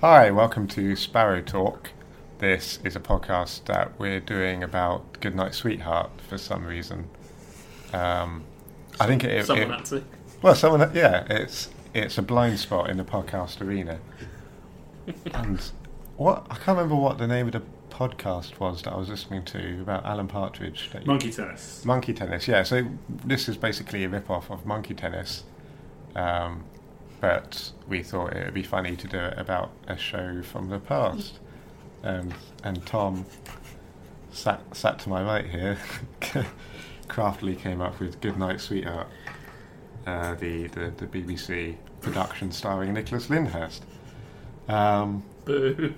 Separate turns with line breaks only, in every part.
Hi, welcome to Sparrow Talk. This is a podcast that we're doing about Goodnight Sweetheart for some reason. Um, I think it, it-
Someone
it-
had to.
well, someone yeah, it's it's a blind spot in the podcast arena. and what I can't remember what the name of the podcast was that I was listening to about Alan Partridge. That you-
Monkey tennis.
Monkey Tennis, yeah. So this is basically a rip-off of Monkey Tennis, um, but we thought it would be funny to do it about a show from the past. Um, and Tom sat sat to my right here, craftily came up with "Goodnight Sweetheart," uh, the, the the BBC production starring Nicholas Lyndhurst. Um,
Boo.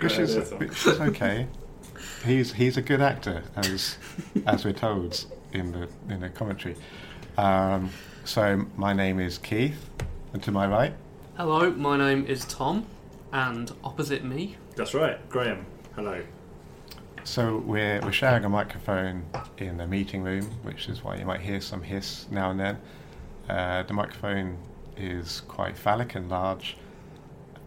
which
Yeah,
is
that's all.
which is okay. He's he's a good actor, as as we're told in the in the commentary. Um, so my name is Keith, and to my right,
Hello, my name is Tom, and opposite me,
That's right, Graham. Hello.
so we're we're sharing a microphone in the meeting room, which is why you might hear some hiss now and then. Uh, the microphone is quite phallic and large,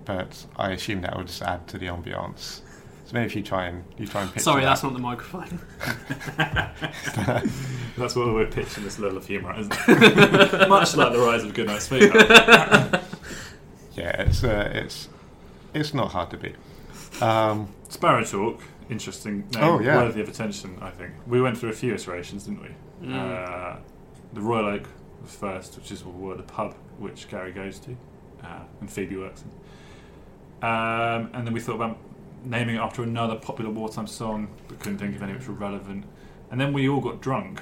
but I assume that will just add to the ambiance. So maybe if you try and you try and picture
sorry,
that.
that's not the microphone.
That's why we're pitching this level of humour, at, isn't it? Much like the rise of Goodnight Sweetheart.
Yeah, it's uh, it's it's not hard to beat. Um,
Sparrow Talk, interesting name,
Oh, yeah.
worthy of attention, I think. We went through a few iterations, didn't we?
Mm.
Uh, the Royal Oak was first, which is where the pub which Gary goes to, uh, and Phoebe works in. Um, and then we thought about naming it after another popular wartime song, but couldn't think of any which were relevant. And then we all got drunk,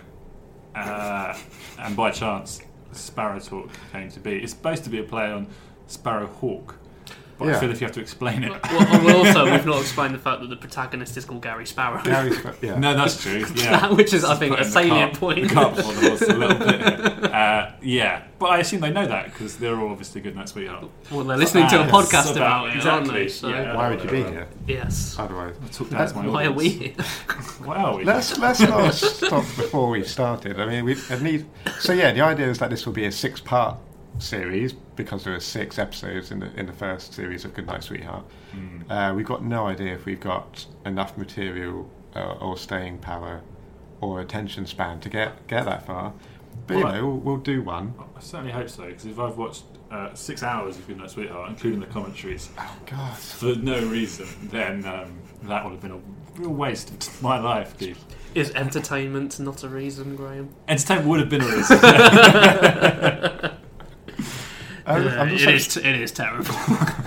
uh, and by chance, Sparrow Talk came to be. It's supposed to be a play on Sparrow Hawk, but
Yeah.
I feel if you have to explain it.
well, well, also, we've not explained the fact that the protagonist is called Gary Sparrow,
Gary's, yeah.
No, that's true. Yeah.
which is, I think, a
Putting the
salient
cart-
point.
The cart before the horse a little bit. here. Uh, yeah, but I assume they know that because they're all obviously good night sweetheart.
well, they're listening to a
Ah,
podcast
so
about
that-
it, aren't
exactly,
they? So,
yeah.
Why would you be here
yes.
otherwise?
I took that as my
Why are we
audience.
here?
Why are we?
Let's let's not stop before we started. I mean, we I need. So yeah, the idea is that this will be a six-part series because there are six episodes in the in the first series of Goodnight Sweetheart.
Hmm.
Uh, we've got no idea if we've got enough material uh, or staying power or attention span to get get that far. But you
Well,
know, we'll, we'll do one.
I certainly hope so because if I've watched uh, six hours of Good Night Sweetheart, including the commentaries,
Oh God.
for no reason, then um, that would have been a real waste of my life, Keith.
Is entertainment not a reason, Graham?
Entertainment would have been a reason.
Oh, I'm,
Uh,
I'm just
it,
so-
is, it is terrible.
Oh,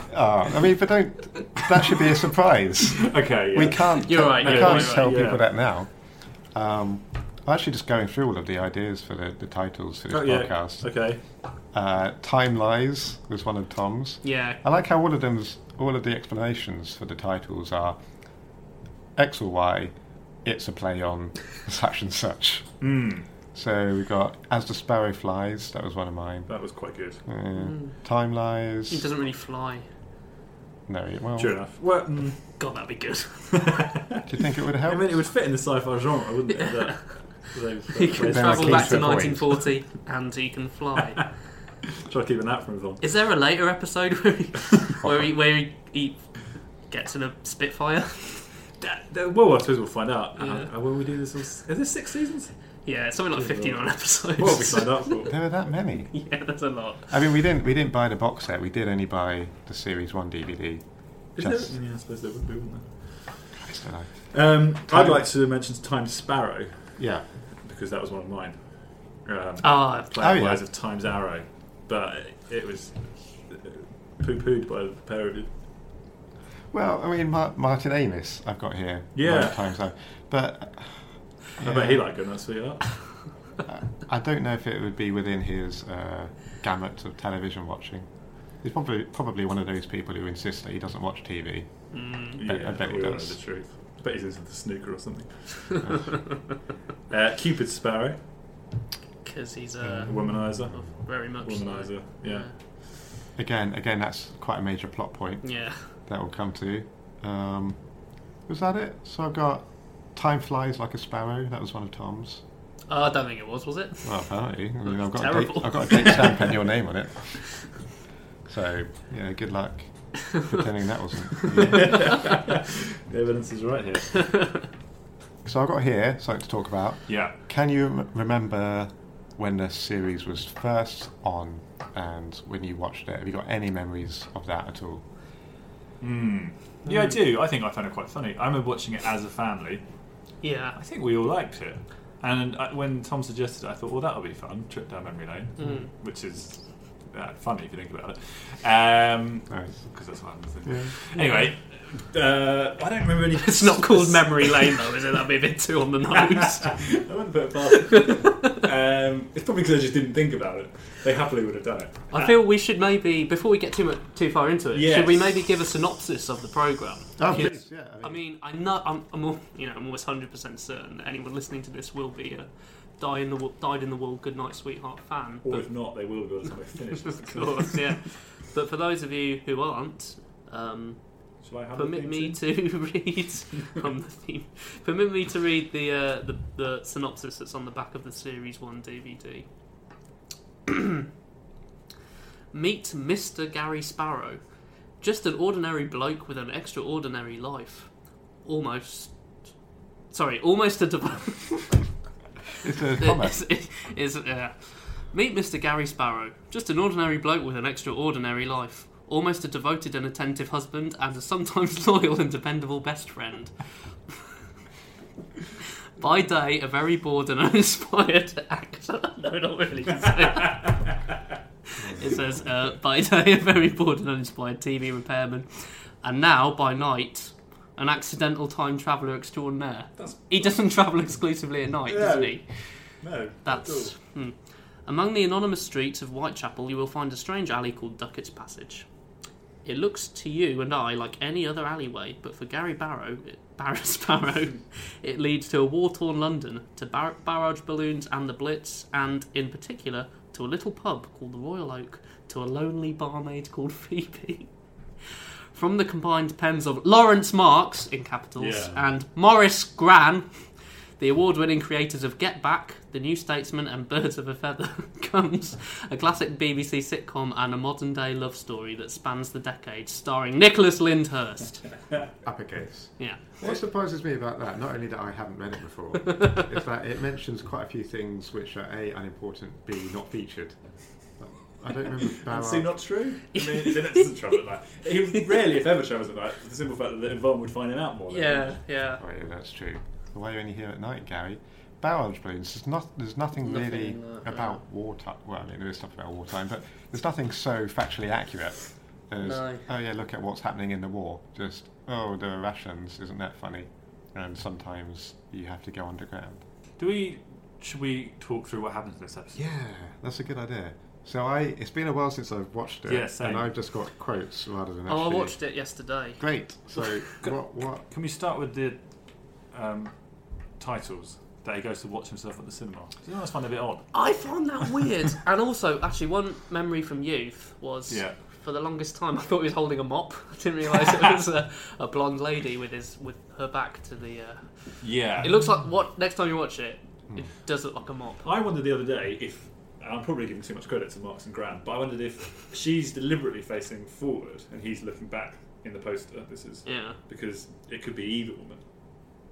I mean, but don't. That should be a surprise.
okay, yeah.
We can't.
You're right,
We
yeah,
can't
you're right,
tell
yeah.
people that now. Um, I'm actually just going through all of the ideas for the, the titles for this
Oh, yeah.
podcast.
Okay.
Uh, Time lies was one of Tom's.
yeah.
I like how all of them's all of the explanations for the titles are X or Y. It's a play on such and such.
Mm,
So we got as the sparrow flies. That was one of mine.
that was quite good.
Uh,
Hmm.
Time lies.
He doesn't really fly.
no, it- well,
True
do
enough. Well, hmm. mm,
God, that'd be good.
you think it would help?
I mean, it would fit in the sci-fi genre, wouldn't it? That, those-
He can
those-
Then I
travel
came
back
to
to
a point.
1940 and he can fly.
Try to keep an app from Yvonne.
Is there a later episode where he, where he, where he, he gets in a Spitfire?
That- that- Well, I suppose we'll find out. Uh,
Yeah.
Uh, will we do this? On, s- is this six seasons?
Yeah, it's something like 59 episodes.
What have we signed up for?
There are that many.
yeah, that's a lot.
I mean, we didn't we didn't buy the box set. We did only buy the series one DVD.
Is there-
Just-
yeah, I suppose there would be, wouldn't there?
I don't know.
Um,
Time-
I'd like to mention Time Sparrow
Yeah,
because that was one of mine. Um,
Ah,
Player
Oh, yeah.
wise of Time's Arrow, but it was uh, poo-pooed by the pair of you.
well, I mean, Mar- Martin Amis, I've got here.
Yeah.
Nine times over. but
I bet he liked Good Night Sweetheart.
uh, I don't know if it would be within his uh, gamut of television watching. He's probably probably one of those people who insists that he doesn't watch TV.
Mm.
Yeah,
I bet he
we all know
does.
the truth. I bet he's into the snooker or something. uh, Cupid Sparrow,
because he's a
womanizer,
very much so.
womanizer. Yeah.
Again, again, that's quite a major plot point
Yeah.
that will come to. Um, was that it? So I've got Time Flies Like a Sparrow. That was one of Tom's.
Oh, I don't think it was, was it?
Well, apparently. I mean, I've got, a date,
Terrible.
I've got a date stamp and your name on it. So yeah, good luck pretending that wasn't.
the evidence is right here.
So I've got here something to talk about.
Yeah.
Can you m- remember when the series was first on and when you watched it? Have you got any memories of that at all?
Mm. Yeah, I do. I think I found it quite funny. I remember watching it as a family.
yeah.
I think we all liked it. And I, when Tom suggested it, I thought, well, that'll be fun. Trip down memory lane,
Mm.
which is uh, funny if you think about it. Um,
Nice.
because that's what happens. isn't it? Anyway, uh, I don't remember any.
It's not called memory lane though, is it? That'd be a bit too on the nose.
I wouldn't put it past it. um, it's probably because I just didn't think about it. They happily would have done it.
I feel we should maybe before we get too much too far into it,
Yes. Oh,
should we maybe give a synopsis of the program?
Oh, yeah.
I mean, I know I'm, I'm al- you know I'm almost hundred percent certain that anyone listening to this will be a die in the wo- died in the wool goodnight sweetheart fan.
Or
But,
if not, they will be by the time I finish.
of course, yeah. But for those of you who aren't, um,
Shall I have the
permit
theme
me
tune?
to read from the theme. Permit me to read the, uh, the the synopsis that's on the back of the series one DVD. Meet Mr. Gary Sparrow, just an ordinary bloke with an extraordinary life. Almost, sorry, almost a dev-
it's a comment.
is, is uh, meet Mr. Gary Sparrow, just an ordinary bloke with an extraordinary life, almost a devoted and attentive husband, and a sometimes loyal and dependable best friend. By day, a very bored and uninspired actor. No, not really. uh, It says, uh, by day, a very bored and uninspired TV repairman, and now, by night, an accidental time traveller extraordinaire.
That's-
He doesn't travel exclusively at night, does
No.
he?
No.
That's. Hmm. Among the anonymous streets of Whitechapel, you will find a strange alley called Duckett's Passage. It looks to you and I like any other alleyway, but for Gary Barrow, it, Barrow Sparrow, it leads to a war torn London, to bar- barrage balloons and the Blitz, and, in particular, to a little pub called the Royal Oak, to a lonely barmaid called Phoebe. From the combined pens of Lawrence Marks, in capitals,
Yeah.
and Morris Gran, the award winning creators of Get Back, The New Statesman, and Birds of a Feather comes a classic BBC sitcom and a modern day love story that spans the decades, starring Nicholas Lyndhurst.
Uppercase.
Yeah.
What surprises me about that, not only that I haven't read it before, is that it mentions quite a few things which are A, unimportant, B, not featured. I don't remember
And
Barrow.
so not true. I mean, it doesn't travel at night. He rarely, if ever, travels at night. for The simple fact that Yvonne would find him out more. than him.
yeah.
Oh, yeah, that's true. Why are you only here at night, Gary? Barrage balloons. There's not. There's nothing,
Nothing,
really
uh,
about wartime. Well, I mean, there is stuff about wartime, but there's nothing so factually accurate. There's,
No.
Oh yeah, look at what's happening in the war. Just oh, the rations. Isn't that funny? And sometimes you have to go underground.
Do we? Should we talk through what happens in this episode?
Yeah, that's a good idea. So I. It's been a while since I've watched it,
Yeah, same.
and I've just got quotes rather than.
Oh, I
actually-
watched it yesterday.
Great. So what? What?
Can we start with the um, titles that he goes to watch himself at the cinema? You always find it a bit odd.
I found that weird. and also, actually, one memory from youth was
Yeah.
for the longest time I thought he was holding a mop. I didn't realise it was a, a blonde lady with his with her back to the. Uh,
Yeah.
It looks like what next time you watch it, it does look like a mop.
I wondered the other day if and I'm probably giving too much credit to Marks and Graham, but I wondered if she's deliberately facing forward and he's looking back in the poster. This is
Yeah.
because it could be either woman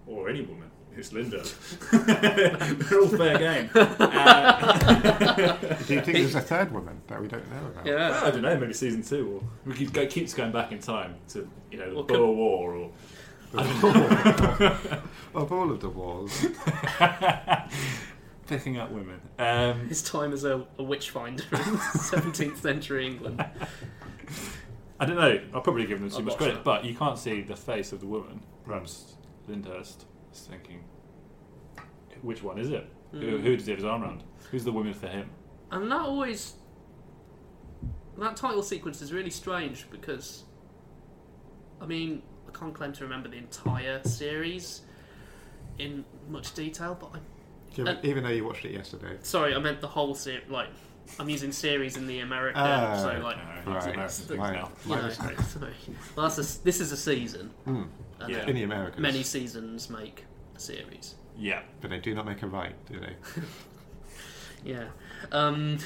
or any woman. It's Linda. They're all fair game. Uh,
Do you think there's a third woman that we don't know about?
Yeah.
I don't know. Maybe season two, or we could go, keeps going back in time to you know the
Or could-
Boer War, or
Of all of the wars.
picking up women. Um,
His time as a, a witch finder in 17th century England.
I don't know. I'll probably give them too
I'm
much
not
credit,
sure.
but you can't see the face of the woman. Perhaps Lyndhurst is thinking, which one is it? Who, who does he have his arm around? Who's the woman for him?
And that always. That title sequence is really strange because. I mean, I can't claim to remember the entire series in much detail, but I'm.
Given,
Uh,
even though you watched it yesterday.
Sorry, I meant the whole series. Like, I'm using series in the America,
Ah,
so, like.
Uh,
Right.
American things
My-
now.
You
my
know,
mistake.
sorry. Well, that's a s this is a season.
Hmm.
and
Yeah.
In the Americas.
Many seasons make a series.
Yeah.
But they do not make a right, do they?
Yeah. Um,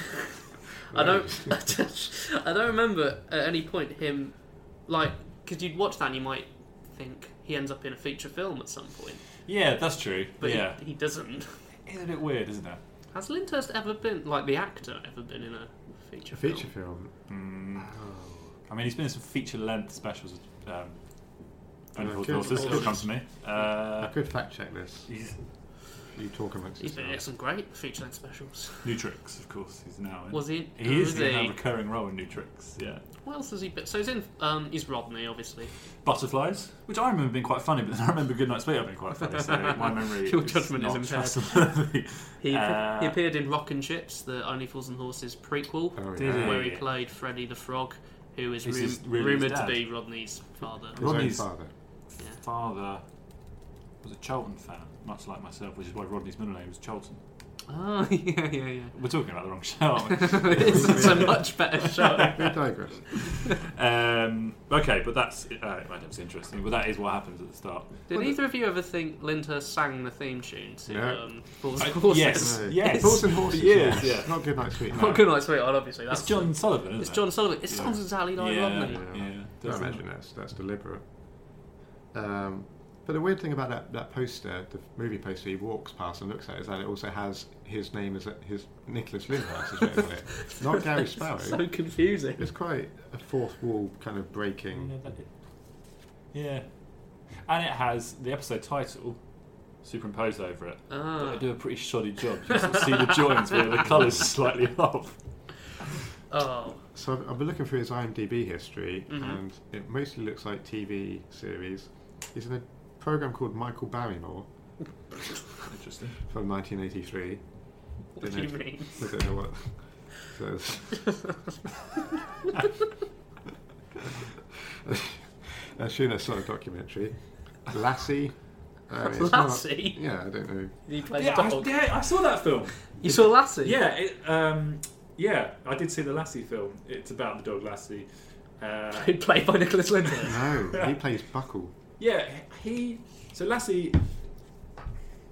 I don't. I don't remember at any point him, like, because you'd watch that and you might think he ends up in a feature film at some point,
Yeah, that's true.
but he-
yeah,
he, doesn't.
it's a bit weird, isn't it?
Has Lyndhurst ever been like the actor ever been in a feature,
A feature
film?
film.
Mm. I mean, he's been in some feature-length specials. Um, Unforced
good.
Daughters, it'll come to me.
I
Uh,
could fact check this.
he's
You talk amongst
He's been in
yourselves.
some great feature length specials.
Nutrix, of course. He's now in.
Was he?
Hmm. he is
was
in a
he?
recurring role in Nutrix. Yeah.
What else has he been? So he's in. Um, he's Rodney, obviously.
Butterflies, which I remember being quite funny, but then I remember Goodnight Sweetheart being quite funny. So my memory
Your
is
judgment is
not
impaired.
trustworthy.
He,
Uh,
he appeared in Rock and Chips, the Only Fools and Horses prequel,
Oh,
Did
yeah.
he?
where he played Freddy the Frog, who is
This
rum-
is really his
rumored to
dad.
be Rodney's father.
His own
Rodney's-
father.
Father was a Charlton fan, much like myself, which is why Rodney's middle name is Charlton.
Oh yeah, yeah, yeah.
We're talking about the wrong show. aren't we?
it's, it's a much better show.
We digress.
um, okay, but that's uh, right, that was interesting. But that is what happens at the start.
Did either of you ever think Lyndhurst sang the theme tune to
No.
um, Fools
I-
and Horses?
yes.
No.
Yes.
Horse and horses.
He is,
yes.
yeah.
Not good night, sweet.
Well, Good Night Sweetheart, obviously. That's
It's John Sullivan, isn't
It's
it?
John Sullivan. It
Yeah.
sounds exactly like
yeah,
Rodney.
Yeah,
I
doesn't it?
imagine that's that's deliberate. Um, but the weird thing about that, that poster, the movie poster he walks past and looks at, is that it also has his name as a, his Nicholas Lyndhurst is written on it, not Gary Sparrow.
eh?
so confusing.
It's quite a fourth wall kind of breaking.
Yeah, that- yeah. And it has the episode title superimposed over it. But
Ah.
they do a pretty shoddy job. You can sort of see the joins where the colours are slightly off.
Oh.
So I've, I've been looking through his IMDb history,
Mhm.
and it mostly looks like TV series. He's in a program called Michael Barrymore
Interesting.
from 1983.
What do
Don't
you
know.
mean?
I don't know what. So it's- I assume that's not a documentary. Lassie. I mean, it's not-
Lassie?
yeah, I don't know.
He plays
Yeah I,
dog.
yeah, I saw that film.
You saw Lassie?
Yeah, it, um, yeah, I did see the Lassie film. It's about the dog Lassie. Uh,
Played by Nicholas Lyndhurst.
No, he plays Buckle.
yeah, he. So Lassie.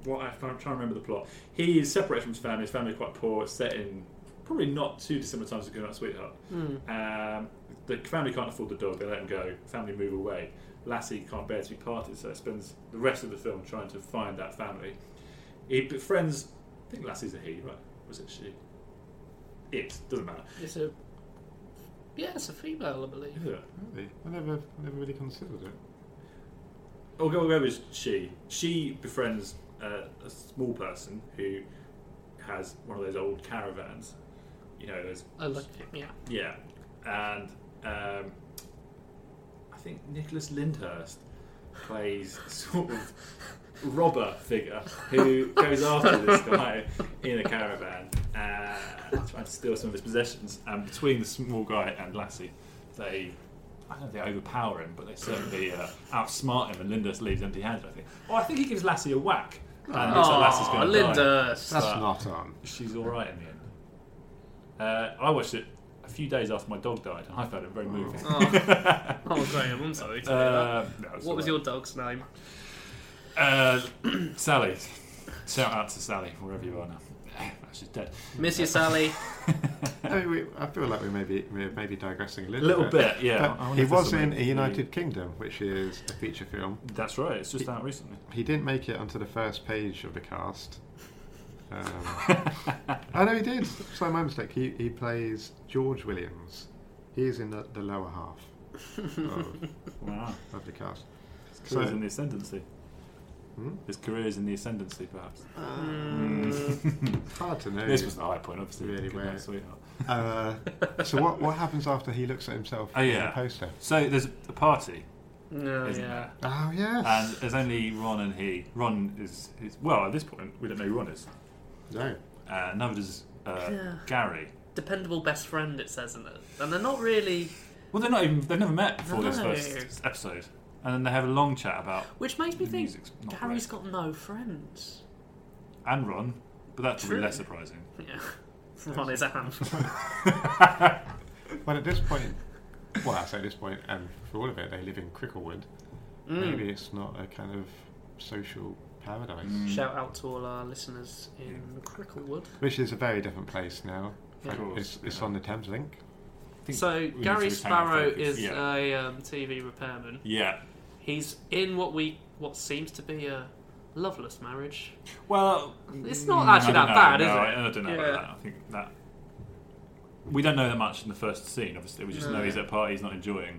Well, I- I'm trying to remember the plot. He is separated from his family. His family are quite poor. It's set in probably not too dissimilar times to Good Night Sweetheart.
Hmm.
Um, the family can't afford the dog. They let him go. Family move away. Lassie can't bear to be parted, so spends the rest of the film trying to find that family. He befriends. I think Lassie's a he, right? Was it she? It doesn't matter.
It's a yeah, it's a female, I believe.
Yeah.
Really? I never, I never really considered it.
I'll go away with she. She befriends uh, a small person who has one of those old caravans. You know, those
I like yeah.
yeah, and um, I think Nicholas Lyndhurst plays sort of robber figure who goes after this guy in a caravan uh, and trying to steal some of his possessions. And between the small guy and Lassie, they. I don't know if they overpower him, but they certainly uh, outsmart him, and Lyndhurst leaves empty-handed. I think. Oh, I think he gives Lassie a whack, and it looks like Lassie's
Oh,
going to die
Lyndhurst.
That's
But-
not on.
she's all right in the end. Uh, I watched it a few days after my dog died, and I found it very moving.
Oh, Graham, I'm sorry. To hear that.
Uh, no, it's
What was
all
your dog's name?
right. Uh, Sally? Shout out to Sally wherever you are now. She's dead.
Miss you, Sally.
I, mean, we, I feel like we may be, we're maybe digressing a
A
little,
little bit, Uh, yeah.
But
I wonder
he
if there's
was in
something
a United
we-
Kingdom, which is a feature film.
That's right. It's just out recently.
He didn't make it onto the first page of the cast. Um, oh no, he did. Sorry, my mistake. He he plays George Williams. He is in the, the lower half of,
Wow.
of the cast.
His career's
So-
in the ascendancy.
Hmm?
His career's in the ascendancy, perhaps.
Uh, Um, Hmm.
Hard to know.
This was the high point, obviously.
Really
Good night,
weird.
sweetheart.
Uh, so what what happens after he looks at himself
Oh,
in
yeah.
the poster?
So there's a party,
No,
isn't
yeah.
there?
Oh yes.
And there's only Ron and he. Ron is, is well at this point we don't know who Ron is.
no.
Uh, neither does uh,
Yeah.
Gary.
Dependable best friend, it says in it, and they're not really.
Well, they're not even. They've never met before this
No.
first episode, and then they have a long chat about
Which makes me
The
think
music's not
Gary's got no friends.
and Ron, but that's
True.
probably less surprising.
Yeah, Ron is a ham.
But at this point, well, I say this point, and for all of it, they live in Cricklewood.
Mm.
Maybe it's not a kind of social paradise,
Mm.
Shout out to all our listeners in Cricklewood.
which is a very different place now.
Of course.
It's, it's
yeah.
on the Thames Link.
I think we
So
need to
Gary
retain our
Sparrow
focus.
is
yeah.
a um, TV repairman.
yeah.
He's in what we what seems to be a loveless marriage.
Well,
It's not
mm, I
actually
don't
that
know,
bad,
no,
is it?
I, I don't know
Yeah.
about that. I think that we don't know that much in the first scene. Obviously, we just
No.
know he's at a party, he's not enjoying,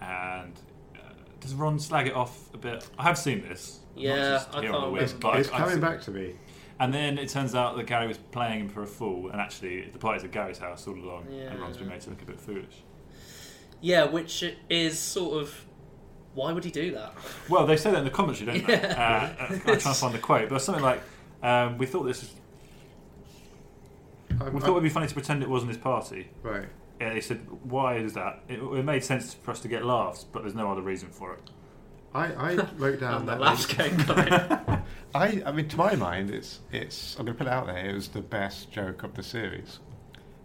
and. uh, Does Ron slag it off a bit? I have seen this. not
Yeah,
just
I
here on
can't
the whim,
remember.
but I-
it's
I've
coming
seen-
back to me.
And then it turns out that Gary was playing him for a fool, and actually the party's at Gary's house all along,
Yeah.
and Ron's been made to look a bit foolish.
Yeah, which is sort of why would he do that?
Well, they say that in the commentary, don't they?
Yeah.
Uh, I'm trying to find the quote, but something like, um, "We thought this. Was,
I'm-
we thought it'd be funny to pretend it wasn't his party."
I'm- right.
Yeah, they said, "Why is that? It, it made sense for us to get laughs, but there's no other reason for it."
I, I wrote down
and the
that.
laughs
was-
came coming.
I, I mean, to my mind, it's it's. I'm going to put it out there. It was the best joke of the series.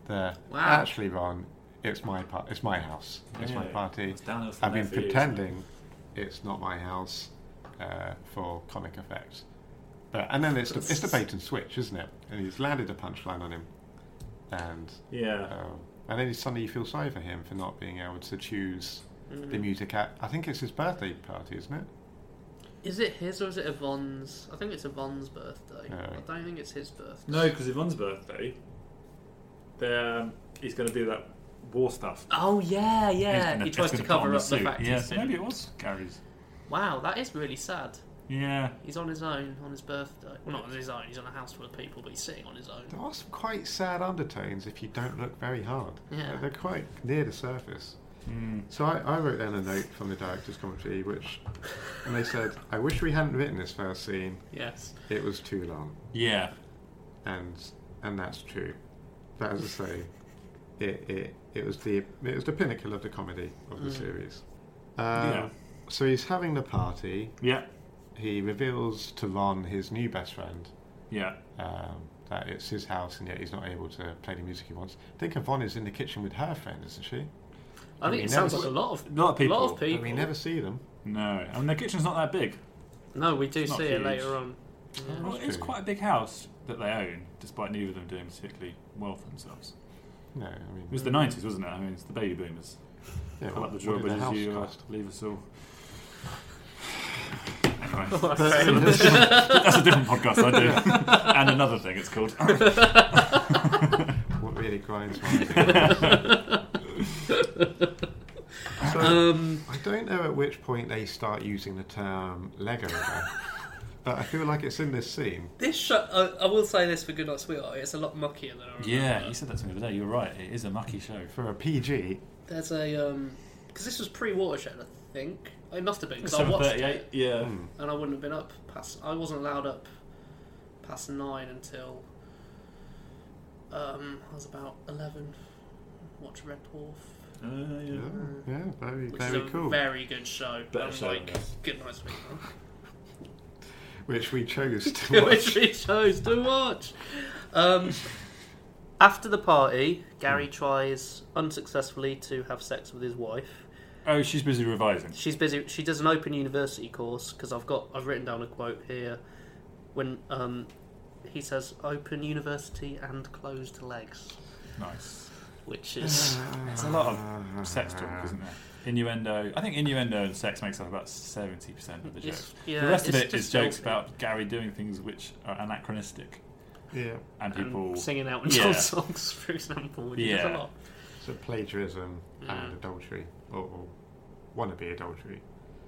The
Wow.
actually, Ron, it's my part. It's my house. It's my
Yeah.
party.
It's downhill from
I've
there
been
for years,
pretending it's not my house uh, for comic effect. But and then it's the, it's the bait and switch, isn't it? And he's landed a punchline on him, and
Yeah.
um, and then suddenly you feel sorry for him for not being able to choose the music at. I think it's his birthday party, isn't it?
Is it his or is it Yvonne's? I think it's Yvonne's birthday.
Yeah.
I don't think it's his birthday.
No, because Yvonne's birthday, um, he's going to do that war stuff.
Oh yeah,
He's
yeah.
gonna-
he
he's
tries to
gonna put on
cover up the
suit.
fact
Yeah,
he's sick.
maybe it was Gary's.
Wow, that is really sad.
Yeah.
He's on his own on his birthday. Well, not on his own. He's on a house full of people, but he's sitting on his own.
There are some quite sad undertones if you don't look very hard.
Yeah.
They're quite near the surface.
Hmm.
Mm.
So I, I wrote down a note from the director's commentary, which, and they said, I wish we hadn't written this first scene.
Yes.
It was too long,
Yeah.
and and that's true. But as I say, it it, it was the it was the pinnacle of the comedy of the
Mm.
series. Um,
Yeah.
So he's having the party.
Yeah.
He reveals to Ron his new best friend,
Yeah.
um, that it's his house and yet he's not able to play the music he wants. I think Yvonne is in the kitchen with her friend, isn't she?
I
We
think
never
it sounds like
s-
a lot of
A lot of people.
lot of
But
people.
we never see them.
No, I mean the kitchen's not that big.
No, we do
It's not
see it
huge.
later on. Yeah.
Well, it's
true.
quite a big house that they own, despite neither of them doing particularly well for themselves.
No, I mean,
It was the
Hmm.
nineties, wasn't it? I mean, it's the baby boomers.
yeah,
Pull up
what
the
did
drawbridges,
house
you uh,
cost?
leave us all. Anyway,
But-
that's a different podcast I do, and another thing it's called.
what really grinds my gears. so,
Um,
I don't know at which point they start using the term Lego again, but I feel like it's in this scene.
This show, uh, I will say this for Goodnight Sweetheart, it's a lot muckier than I remember.
yeah, you said that to me the other day. You're right. It is a mucky show.
For a PG,
There's a um, because this was pre-Watershed, I think. It must have been because I
Seven
watched
thirty-eight.
it,
Yeah.
hmm,
and I wouldn't have been up past. I wasn't allowed up past nine until um, I was about eleven. Watch Red Dwarf,
Uh,
yeah,
yeah.
yeah, very,
which
very
is a
cool.
very good show.
Better
and,
show than
like
this.
Goodnight Sweetheart,
Which we chose to watch.
which we chose to watch. Um, after the party, Gary
Hmm.
tries unsuccessfully to have sex with his wife.
Oh, she's busy revising.
She's busy. She does an open university course because I've got I've written down a quote here when um, he says open university and closed legs,
Nice.
which is
There's a lot of sex
Uh-huh.
talk, isn't there? Innuendo. I think innuendo and sex makes up about seventy percent of the jokes.
it's- yeah,
the rest of
it's
it is
just
jokes
filthy.
about Gary doing things which are anachronistic
Yeah,
And
and people.
singing out
Yeah.
songs, for example. Which yeah, a
Yeah.
lot.
so plagiarism
Yeah.
Mm.
and adultery, or, or wannabe adultery.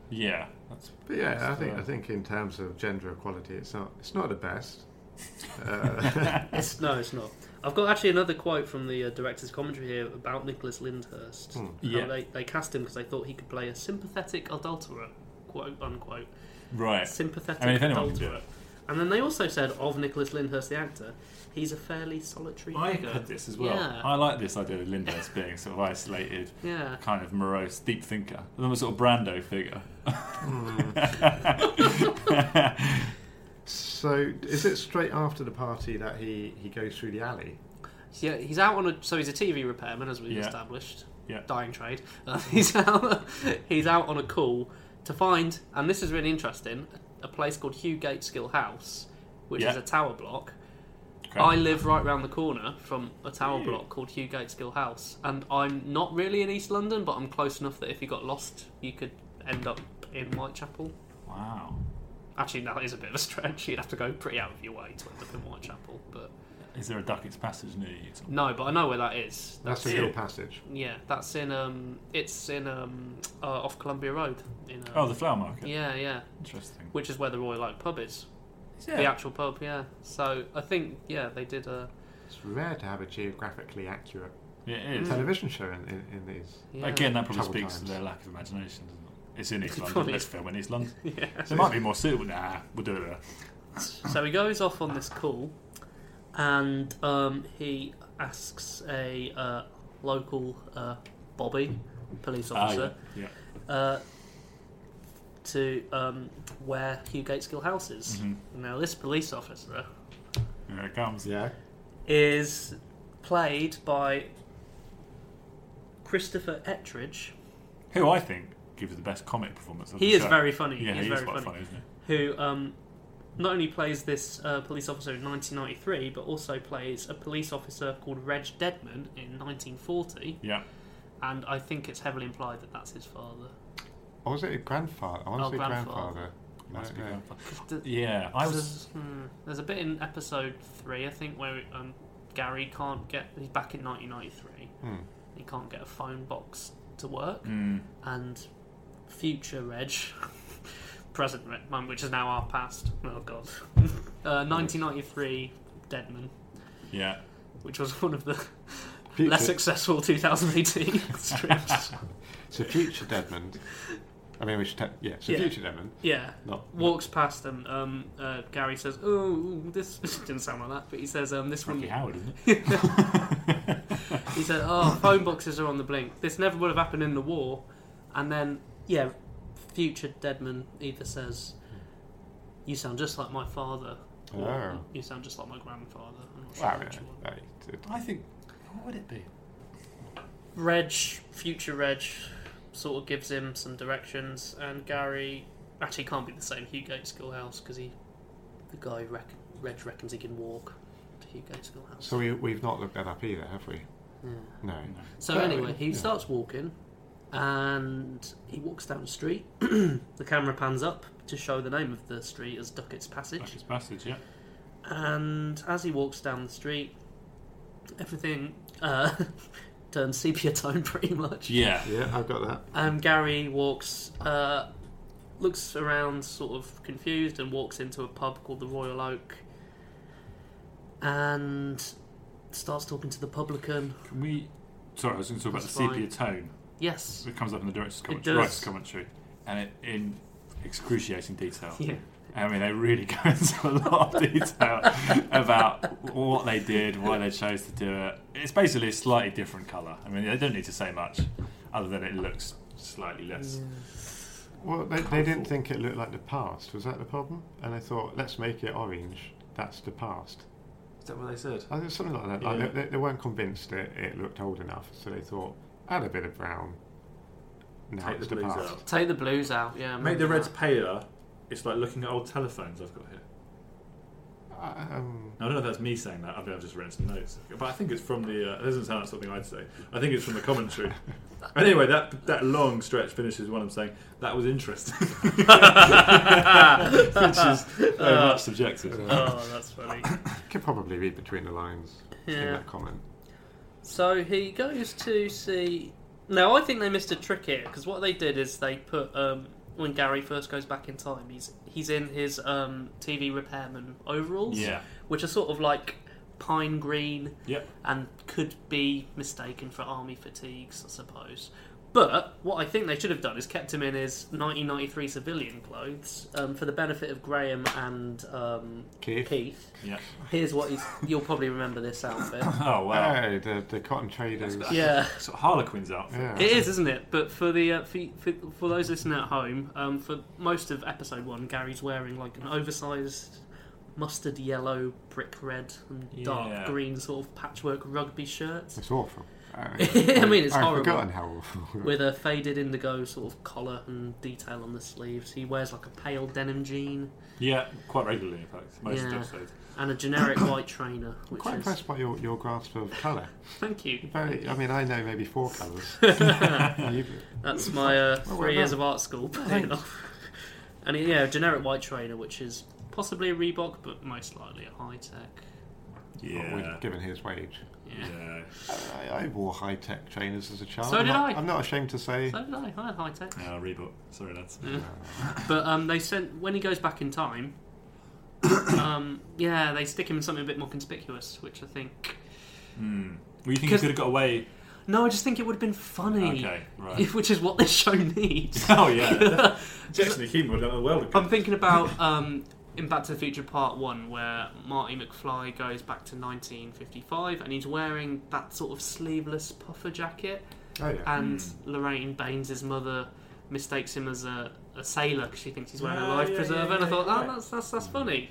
yeah, that's
But yeah, I
That's
think
the-
I think in terms of gender equality, it's not it's not the best. Uh,
It's no, it's not. I've got actually another quote from the uh, director's commentary here about Nicholas Lyndhurst.
Hmm.
How
Yeah.
They, they cast him because they thought he could play a sympathetic adulterer, quote unquote.
right.
Sympathetic
I mean, if anyone can
adulterer.
do it.
And then they also said of Nicholas Lyndhurst, the actor, he's a fairly solitary
I
figure.
had this as well.
Yeah.
I like this idea of Lindhurst being sort of isolated,
Yeah.
kind of morose, deep thinker, almost sort of Brando figure.
so is it straight after the party that he, he goes through the alley?
Yeah, he's out on a so he's a TV repairman as we've
Yeah.
established.
Yeah.
Dying trade. Uh, he's out he's out on a call to find and this is really interesting, a place called Hugh Gateskill House, which
Yeah.
is a tower block.
Okay.
I live right round the corner from a tower block called Hugh Gateskill House, and I'm not really in East London, but I'm close enough that if you got lost, you could end up in Whitechapel.
Wow.
Actually, no, that is a bit of a stretch. You'd have to go pretty out of your way to end up in Whitechapel, but
Is there a Duckett's Passage near you? Tom?
no, but I know where that is.
That's
That's
the
it.
real passage.
yeah, that's in um, it's in um, uh, off Columbia Road in uh,
Oh, the Flower Market.
yeah, yeah,
Interesting.
which is where the Royal Oak pub is.
Yeah.
The actual pub, yeah. So I think yeah, they did uh, a
It's rare to have a geographically accurate
Yeah, it
Mm.
is.
television show in, in, in these.
yeah.
Again, that probably
Trouble
speaks to
times.
their lack of imagination, doesn't it? It's in East London.
Probably.
Let's film in East London.
yeah.
It might be more suitable. Nah, we'll do it there.
So he goes off on this call, and um, he asks a uh, local uh, Bobby, police
Ah,
officer,
yeah. yeah.
uh, to um, where Hugh Gateskill House is.
Mhm.
Now, this police officer
Here it comes.
Yeah.
is played by Christopher Ettridge.
Who I think gives the best comic performance of
He
the
is
show.
very funny.
Yeah,
He's
he is
very
quite
funny.
funny, isn't he?
who um, not only plays this uh, police officer in 1993, but also plays a police officer called Reg Deadman in 1940.
Yeah.
And I think it's heavily implied that that's his father.
Or was it a grandfather? I want
Oh,
to say
grandfather.
grandfather.
Must be
No, no.
going for-
'Cause the-
Yeah, I was.
there's, hmm, there's a bit in episode three, I think, where um, Gary can't get. He's back in 1993.
Hmm.
He can't get a phone box to work,
Mm,
and future Reg, present Reg, mum, which is now our past. Oh God, uh, 1993 Deadman.
yeah.
which was one of the
Hmm. Future-
less successful 2018 streams.
So future Deadmond. I mean, we should. ta- yeah. So
Yeah.
future Deadmond.
yeah.
Not.
Walks past them. Um, uh, Gary says, "Oh, this didn't sound like that," but he says, "Um, this one."
Ricky Howard, isn't it?
He said, "Oh, phone boxes are on the blink. This never would have happened in the war." And then, yeah, future Deadman either says, "You sound just like my father," or
Oh.
"You sound just like my grandfather." I'm not sure
Wow.
which
Yeah.
one.
That, it-
I think. What would it be?
Reg, future Reg, sort of gives him some directions, and Gary actually can't be the same Hugh Gates schoolhouse because he, the guy reck, Reg reckons he can walk to Hugh Gates schoolhouse.
so we we've not looked that up either, have we?
Yeah.
No.
No.
So
Well,
anyway, he
yeah.
starts walking, and he walks down the street. the camera pans up to show the name of the street as Duckett's Passage.
Duckett's Passage, yeah.
And as he walks down the street, everything uh, turns sepia tone pretty much.
Yeah.
Yeah, I've got that.
Um, Gary walks, uh, looks around, sort of confused, and walks into a pub called the Royal Oak, and starts talking to the publican.
Can we? Sorry, I was going to talk about the
That's
sepia tone.
Yes,
It comes up in the
does.
director's commentary, writer's commentary, and it, in excruciating detail.
yeah,
I mean, they really go into a lot of detail about what they did, why they chose to do it. It's basically a slightly different colour. I mean, they don't need to say much, other than it looks slightly less.
Well, they, they
Colourful.
didn't think it looked like the past. Was that the problem? And they thought, let's make it orange. That's the past.
Is that what they said?
I think something like that. Like,
Yeah.
they, they weren't convinced that it looked old enough, so they thought, add a bit of brown. Now
Take
it's
the
the,
blues
past.
out.
take the blues out. Yeah,
Make the
remember
reds
that.
paler. It's like looking at old telephones I've got here.
Um,
I don't know if that's me saying that. I think I've just written some notes, but I think it's from the. Uh, it doesn't sound like something I'd say. I think it's from the commentary. anyway, that that long stretch finishes what I'm saying. That was interesting, which is very much subjective.
Oh, that's funny.
could probably read between the lines in
Yeah.
that comment.
So he goes to see. Now I think they missed a trick here because what they did is they put um, when Gary first goes back in time, he's he's in his um, TV repairman overalls.
Yeah.
which are sort of like pine green
Yep.
and could be mistaken for army fatigues, I suppose. But what I think they should have done is kept him in his 1993 civilian clothes um, for the benefit of Graham and um,
Keith.
Keith.
Yeah.
Here's what he's, you'll probably remember this outfit.
Oh wow.
Oh, the, the cotton traders.
Yeah.
So Harlequin's outfit.
Yeah.
It is, isn't it? But for the uh, for, for, for those listening at home, um, for most of episode one, Gary's wearing like an oversized mustard yellow, brick red, and dark
Yeah.
green sort of patchwork rugby shirt.
It's awful. Uh,
I mean, it's
I've
horrible.
forgotten how awful.
with a faded indigo sort of collar and detail on the sleeves. He wears like a pale denim jean
Yeah, quite regularly, in fact. Most
Yeah.
episodes.
and a generic white trainer,
I'm
which
quite
is
impressed by your, your grasp of colour.
thank you.
Very, I mean, I know maybe four colours. You-
That's my uh,
Oh, Well, well
three years
done.
of art school paying
Thanks.
off. And yeah, a generic white trainer, which is possibly a Reebok, but most likely a high tech.
well,
Yeah.
given his wage. Uh,
Yeah.
yeah.
I, I wore high tech trainers as a child.
So
I'm
did
not-
I.
I'm not ashamed to say. Uh,
So did I. I had high tech.
Uh, Reebok. Sorry, lads.
But um, they sent when he goes back in time. um, yeah, they stick him in something a bit more conspicuous, which I think.
Hmm. Well, you think he
Because-
could have got away?
No, I just think it would have been funny.
Okay, right.
Which is what this show needs.
oh, yeah. Jason Hume would have done well.
I'm thinking about um, in Back to the Future Part 1, where Marty McFly goes back to 1955 and he's wearing that sort of sleeveless puffer jacket,
Oh, yeah.
and Lorraine Baines' mother mistakes him as a, a sailor because she thinks he's wearing a
Ah,
life
yeah,
preserver,
yeah,
and I thought,
yeah,
oh,
yeah.
that's, that's, that's funny.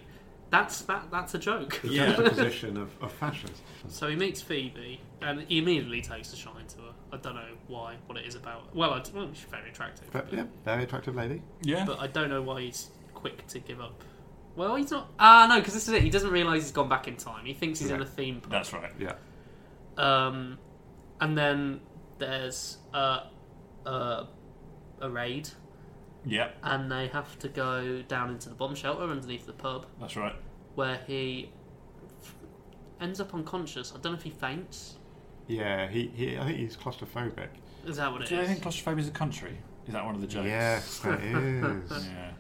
That's, that, that's a joke.
The
Yeah.
juxtaposition of, of fashion.
So he meets Phoebe, and he immediately takes a shine to her. I don't know why, what it is about. Well, I, d- well she's very attractive.
But yeah, very attractive lady.
Yeah.
but I don't know why he's quick to give up. Well, he's not. Ah, no, because this is it. He doesn't realise he's gone back in time. He thinks he's in
Yeah.
a theme park.
That's right.
Yeah.
Um, and then there's uh, uh, a raid,
Yeah,
and they have to go down into the bomb shelter underneath the pub,
that's right.
where he f- ends up unconscious. I don't know if he faints.
Yeah, he, he I think he's claustrophobic.
Is that what it is?
Do you think claustrophobia is a country? Is that one of the jokes?
Yes, that is.
Yeah.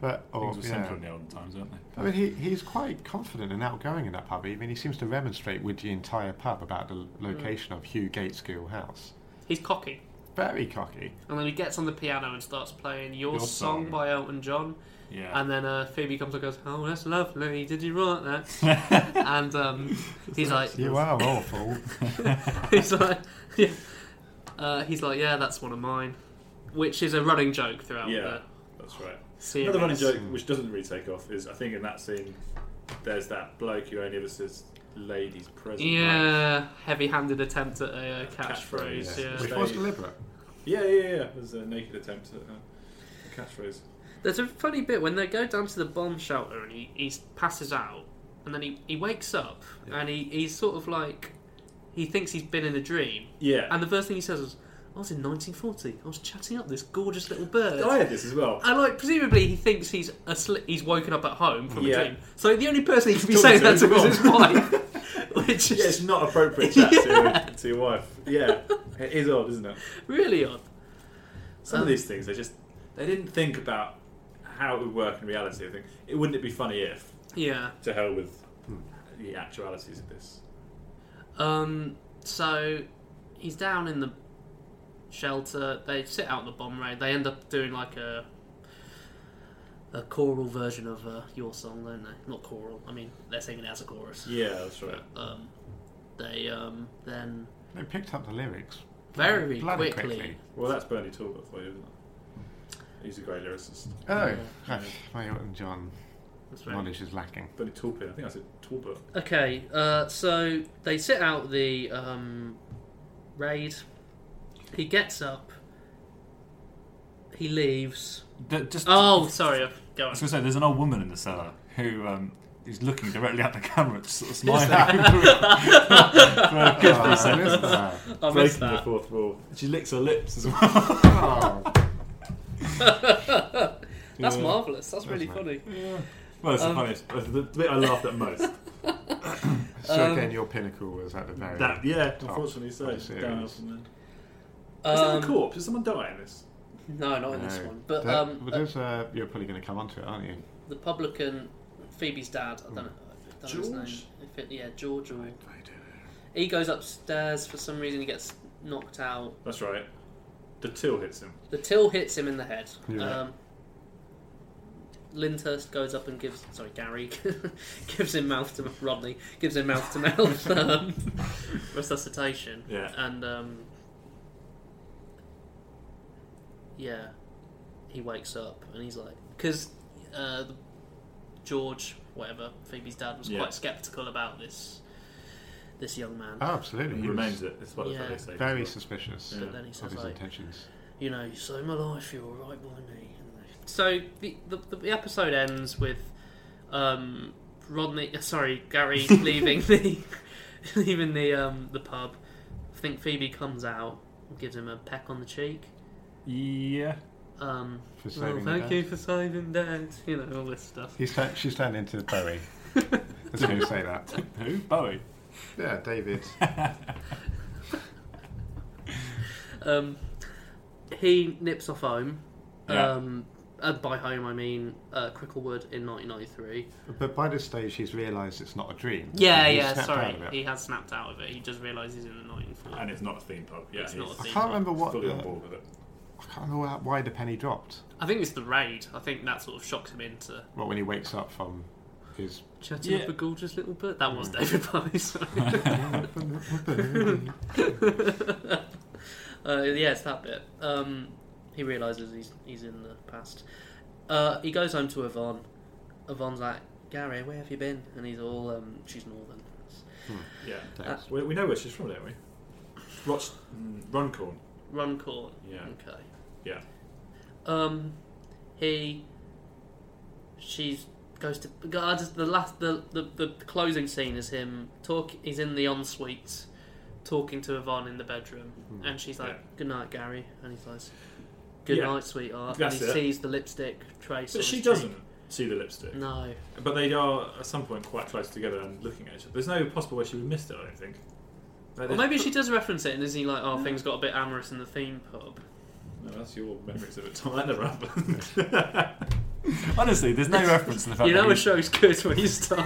But or,
Oh,
Things were
yeah.
simpler in the olden times, weren't they?
I mean, he, he's quite confident and outgoing in that pub. I mean, he seems to remonstrate with the entire pub about the l- location of Hugh Gates School House.
He's cocky.
Very cocky.
And then he gets on the piano and starts playing Your,
Your
Song
Song.
by Elton John.
Yeah.
And then uh, Phoebe comes up and goes, Oh, that's lovely. Did you write that? and um, he's like,
You are awful.
he's like, yeah. Uh, he's like, yeah, that's one of mine, which is a running joke throughout
Yeah. That's right.
the series.
Another running joke which doesn't really take off is I think in that scene there's that bloke who only ever says ladies present. right?
Yeah, heavy-handed attempt at a uh,
Catchphrase,
catchphrase.
yeah.
Yeah.
Which was deliberate.
Yeah, yeah, yeah. There's a naked attempt at uh, a catchphrase.
There's a funny bit when they go down to the bomb shelter and he, he passes out, and then he, he wakes up and he, he's sort of like he thinks he's been in a dream,
Yeah.
and the first thing he says is, "I was in 1940. I was chatting up this gorgeous little bird."
I had this as well.
And like presumably he thinks he's asleep, he's woken up at home from
Yeah.
a dream. So the only person he could be
He's
saying that
talking to
to was
his
his wife, which
Yeah, it's
is
not appropriate chat to, to your wife. Yeah, it is odd, isn't it?
really odd.
Some
Um,
of these things, they just they didn't think about how it would work in reality. I think it wouldn't it be funny if
Yeah.
to hell with the actualities of this.
Um. So he's down in the shelter. They sit out the bomb raid. They end up doing like a a choral version of uh, your song, don't they? Not choral. I mean, they're singing it as a chorus.
Yeah, that's right.
Um. They um then
They picked up the lyrics.
very
Bloody
quickly.
Well, that's Bernie Talbot for you, isn't it? He's a great lyricist.
Oh,
Yeah.
ah, my Elton John
That's very
knowledge is lacking.
Bernie Talbot. I think I said Talbot.
Okay, uh, so they sit out the um, raid. He gets up. He leaves.
Th- just,
Oh, sorry. Go
I
on.
was going to say, there's an old woman in the cellar who um, is looking directly at the camera, just sort of smiling. For a good few
Oh,
seconds.
listener.
I missed
Breaking the
that.
fourth wall.
She licks her lips as well.
Oh,
That's
Yeah.
marvelous. That's really
That's
funny.
Well, it's
Um,
the funniest. It's the bit I laughed at most.
so
Um,
again, your pinnacle was at the very.
that, yeah,
Top
unfortunately so.
of the series.
Down from there. Is that a
Um,
corpse? Did someone die in this?
no, not in this
No.
one. But
That-
um, uh,
well, there's, uh, you're probably going to come onto it, aren't you?
the publican, Phoebe's dad. I don't know. I don't know his
George?
name. If it, yeah, George. Or, he goes upstairs for some reason. He gets knocked out.
That's right. The till hits him.
The till hits him in the head.
Yeah.
Um, Lyndhurst goes up and gives sorry Gary gives him mouth to Rodney gives him mouth to mouth um, resuscitation.
Yeah.
And um, yeah, he wakes up and he's like because uh, the- George whatever Phoebe's dad was
Yeah.
quite skeptical about this this young man.
Ah.
Oh, absolutely.
He
He
remains
was
it. That's what
Yeah.
they say.
very suspicious
But then he
of
says,
his
like,
intentions.
you know, you saved my life, you're right by me. So the, the, the episode ends with um, Rodney, uh, sorry, Gary leaving the leaving the um, the pub. I think Phoebe comes out, gives him a peck on the cheek.
Yeah.
Um,
For
"Oh,
saving the
thank you
dad.
for saving Dad. You know all this stuff.
He's turn- she's turned into Bowie. Let's going to say that.
Who? Bowie.
Yeah, David.
Um, he nips off home.
Yeah.
Um, uh, by home I mean uh, Cricklewood in 1993.
But by this stage, he's realised it's not a dream.
Yeah,
He's
yeah.
snapped out
Sorry,
of it.
he has snapped out of it. He just realises he's in the 1940s.
And it's not a theme pub. Yeah.
It's
he's
not a
I
theme.
can't remember what.
fully on
the-
board with it.
I can't remember why- why the penny dropped.
I think it's the raid. I think that sort of shocks him into
Well, when he wakes up from his.
chatting
Yeah.
up a gorgeous little bird. That was David Bowie. Sorry. uh, yeah, it's that bit. Um, he realizes he's he's in the past. Uh, he goes home to Yvonne. Yvonne's like, Gary, where have you been? And he's all, um, she's northern.
Yeah.
Uh,
Thanks.
We, we know where she's from, don't we? Roch- mm, Runcorn.
Runcorn.
Yeah.
Okay.
Yeah.
Um, he. She's goes to. God, just the last the, the the closing scene is him talk. He's in the ensuite, talking to Yvonne in the bedroom, and she's like,
Hmm. Yeah.
"Good night, Gary," and he's like, "Good
Yeah.
night, sweetheart."
That's
and he
it.
sees the lipstick trace. on
But she
his
doesn't see the lipstick.
cheek. No.
But they are at some point quite close together and looking at each other. There's no possible way she would have missed it, I don't think. Like,
Or
there's-
maybe she does reference it, and is he like, "Oh, things got a bit amorous in the theme pub."
No, that's your memories of it, Tom. That never happened.
Honestly, there's no reference to the fact
You know a
that
show's good when you start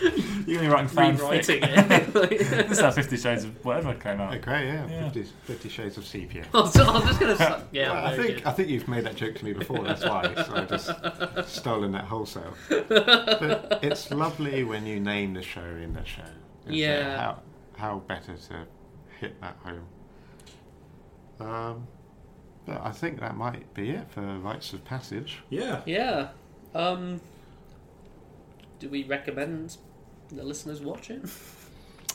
he's, you're only writing fanfic.
rewriting it.
this is how Fifty Shades of whatever came out.
Okay, Oh, yeah,
Yeah.
50, 50 Shades of Sepia.
I was I was just gonna. Say, yeah,
Well, I
very
think
good.
I think you've made that joke to me before. That's why. So I just stolen that wholesale. But it's lovely when you name the show in the show. isn't it?
Yeah.
How how better to hit that home. Um, but I think that might be it for rites of passage.
yeah.
Yeah. Um, do we recommend the listeners watch it?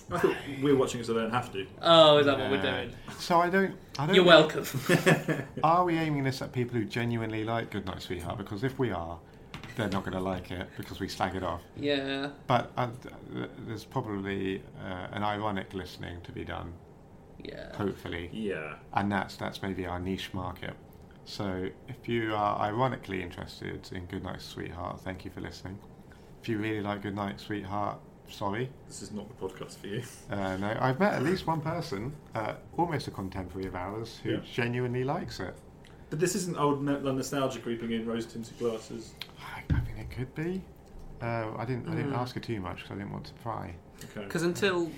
I thought we're watching it so they don't have to.
Oh, is that what we're
Yeah.
doing?
So I don't. I don't
You're
know-
welcome.
Are we aiming this at people who genuinely like Goodnight Sweetheart? Because if we are, they're not going to like it because we slag it off.
yeah.
But uh, th- th- there's probably uh, an ironic listening to be done,
Yeah.
hopefully,
Yeah.
and that's that's maybe our niche market. So if you are ironically interested in Goodnight Sweetheart, thank you for listening. If you really like Goodnight Sweetheart, sorry.
This is not the podcast for you.
Uh, no, I've met at least one person, uh, almost a contemporary of ours, who
Yeah.
genuinely likes it.
But this isn't old no- nostalgia creeping in rose tinted glasses.
I, I mean, it could be. Uh, I didn't. I didn't
Mm.
ask her too much because I didn't want to pry.
Okay.
Because until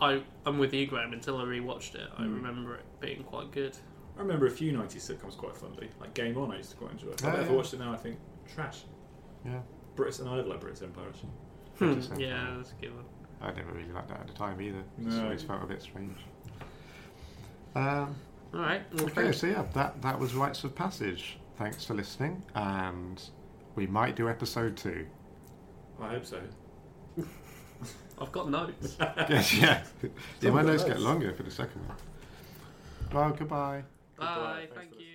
I, I'm with you, Graham. Until I rewatched it, I
Hmm.
Mm.
remember it being quite good.
I remember a few 90s sitcoms quite fondly. Like Game On, I used to quite enjoy. If
Oh,
I ever
yeah.
watched it now, I think trash.
Yeah.
British and I like British Empire, actually.
Pretty
Hmm,
simple.
yeah, that's a good one.
I never really liked that at the time either. It's
No.
always felt a bit strange. Um,
All right. Well,
okay,
thanks.
so yeah, that, that was Rites of Passage. Thanks for listening, and we might do episode two.
I hope so.
I've got notes.
yes, yeah. yeah my
Sounds
notes get
nice.
longer for the second one. Well, goodbye.
Bye.
Thanks for
Thank you.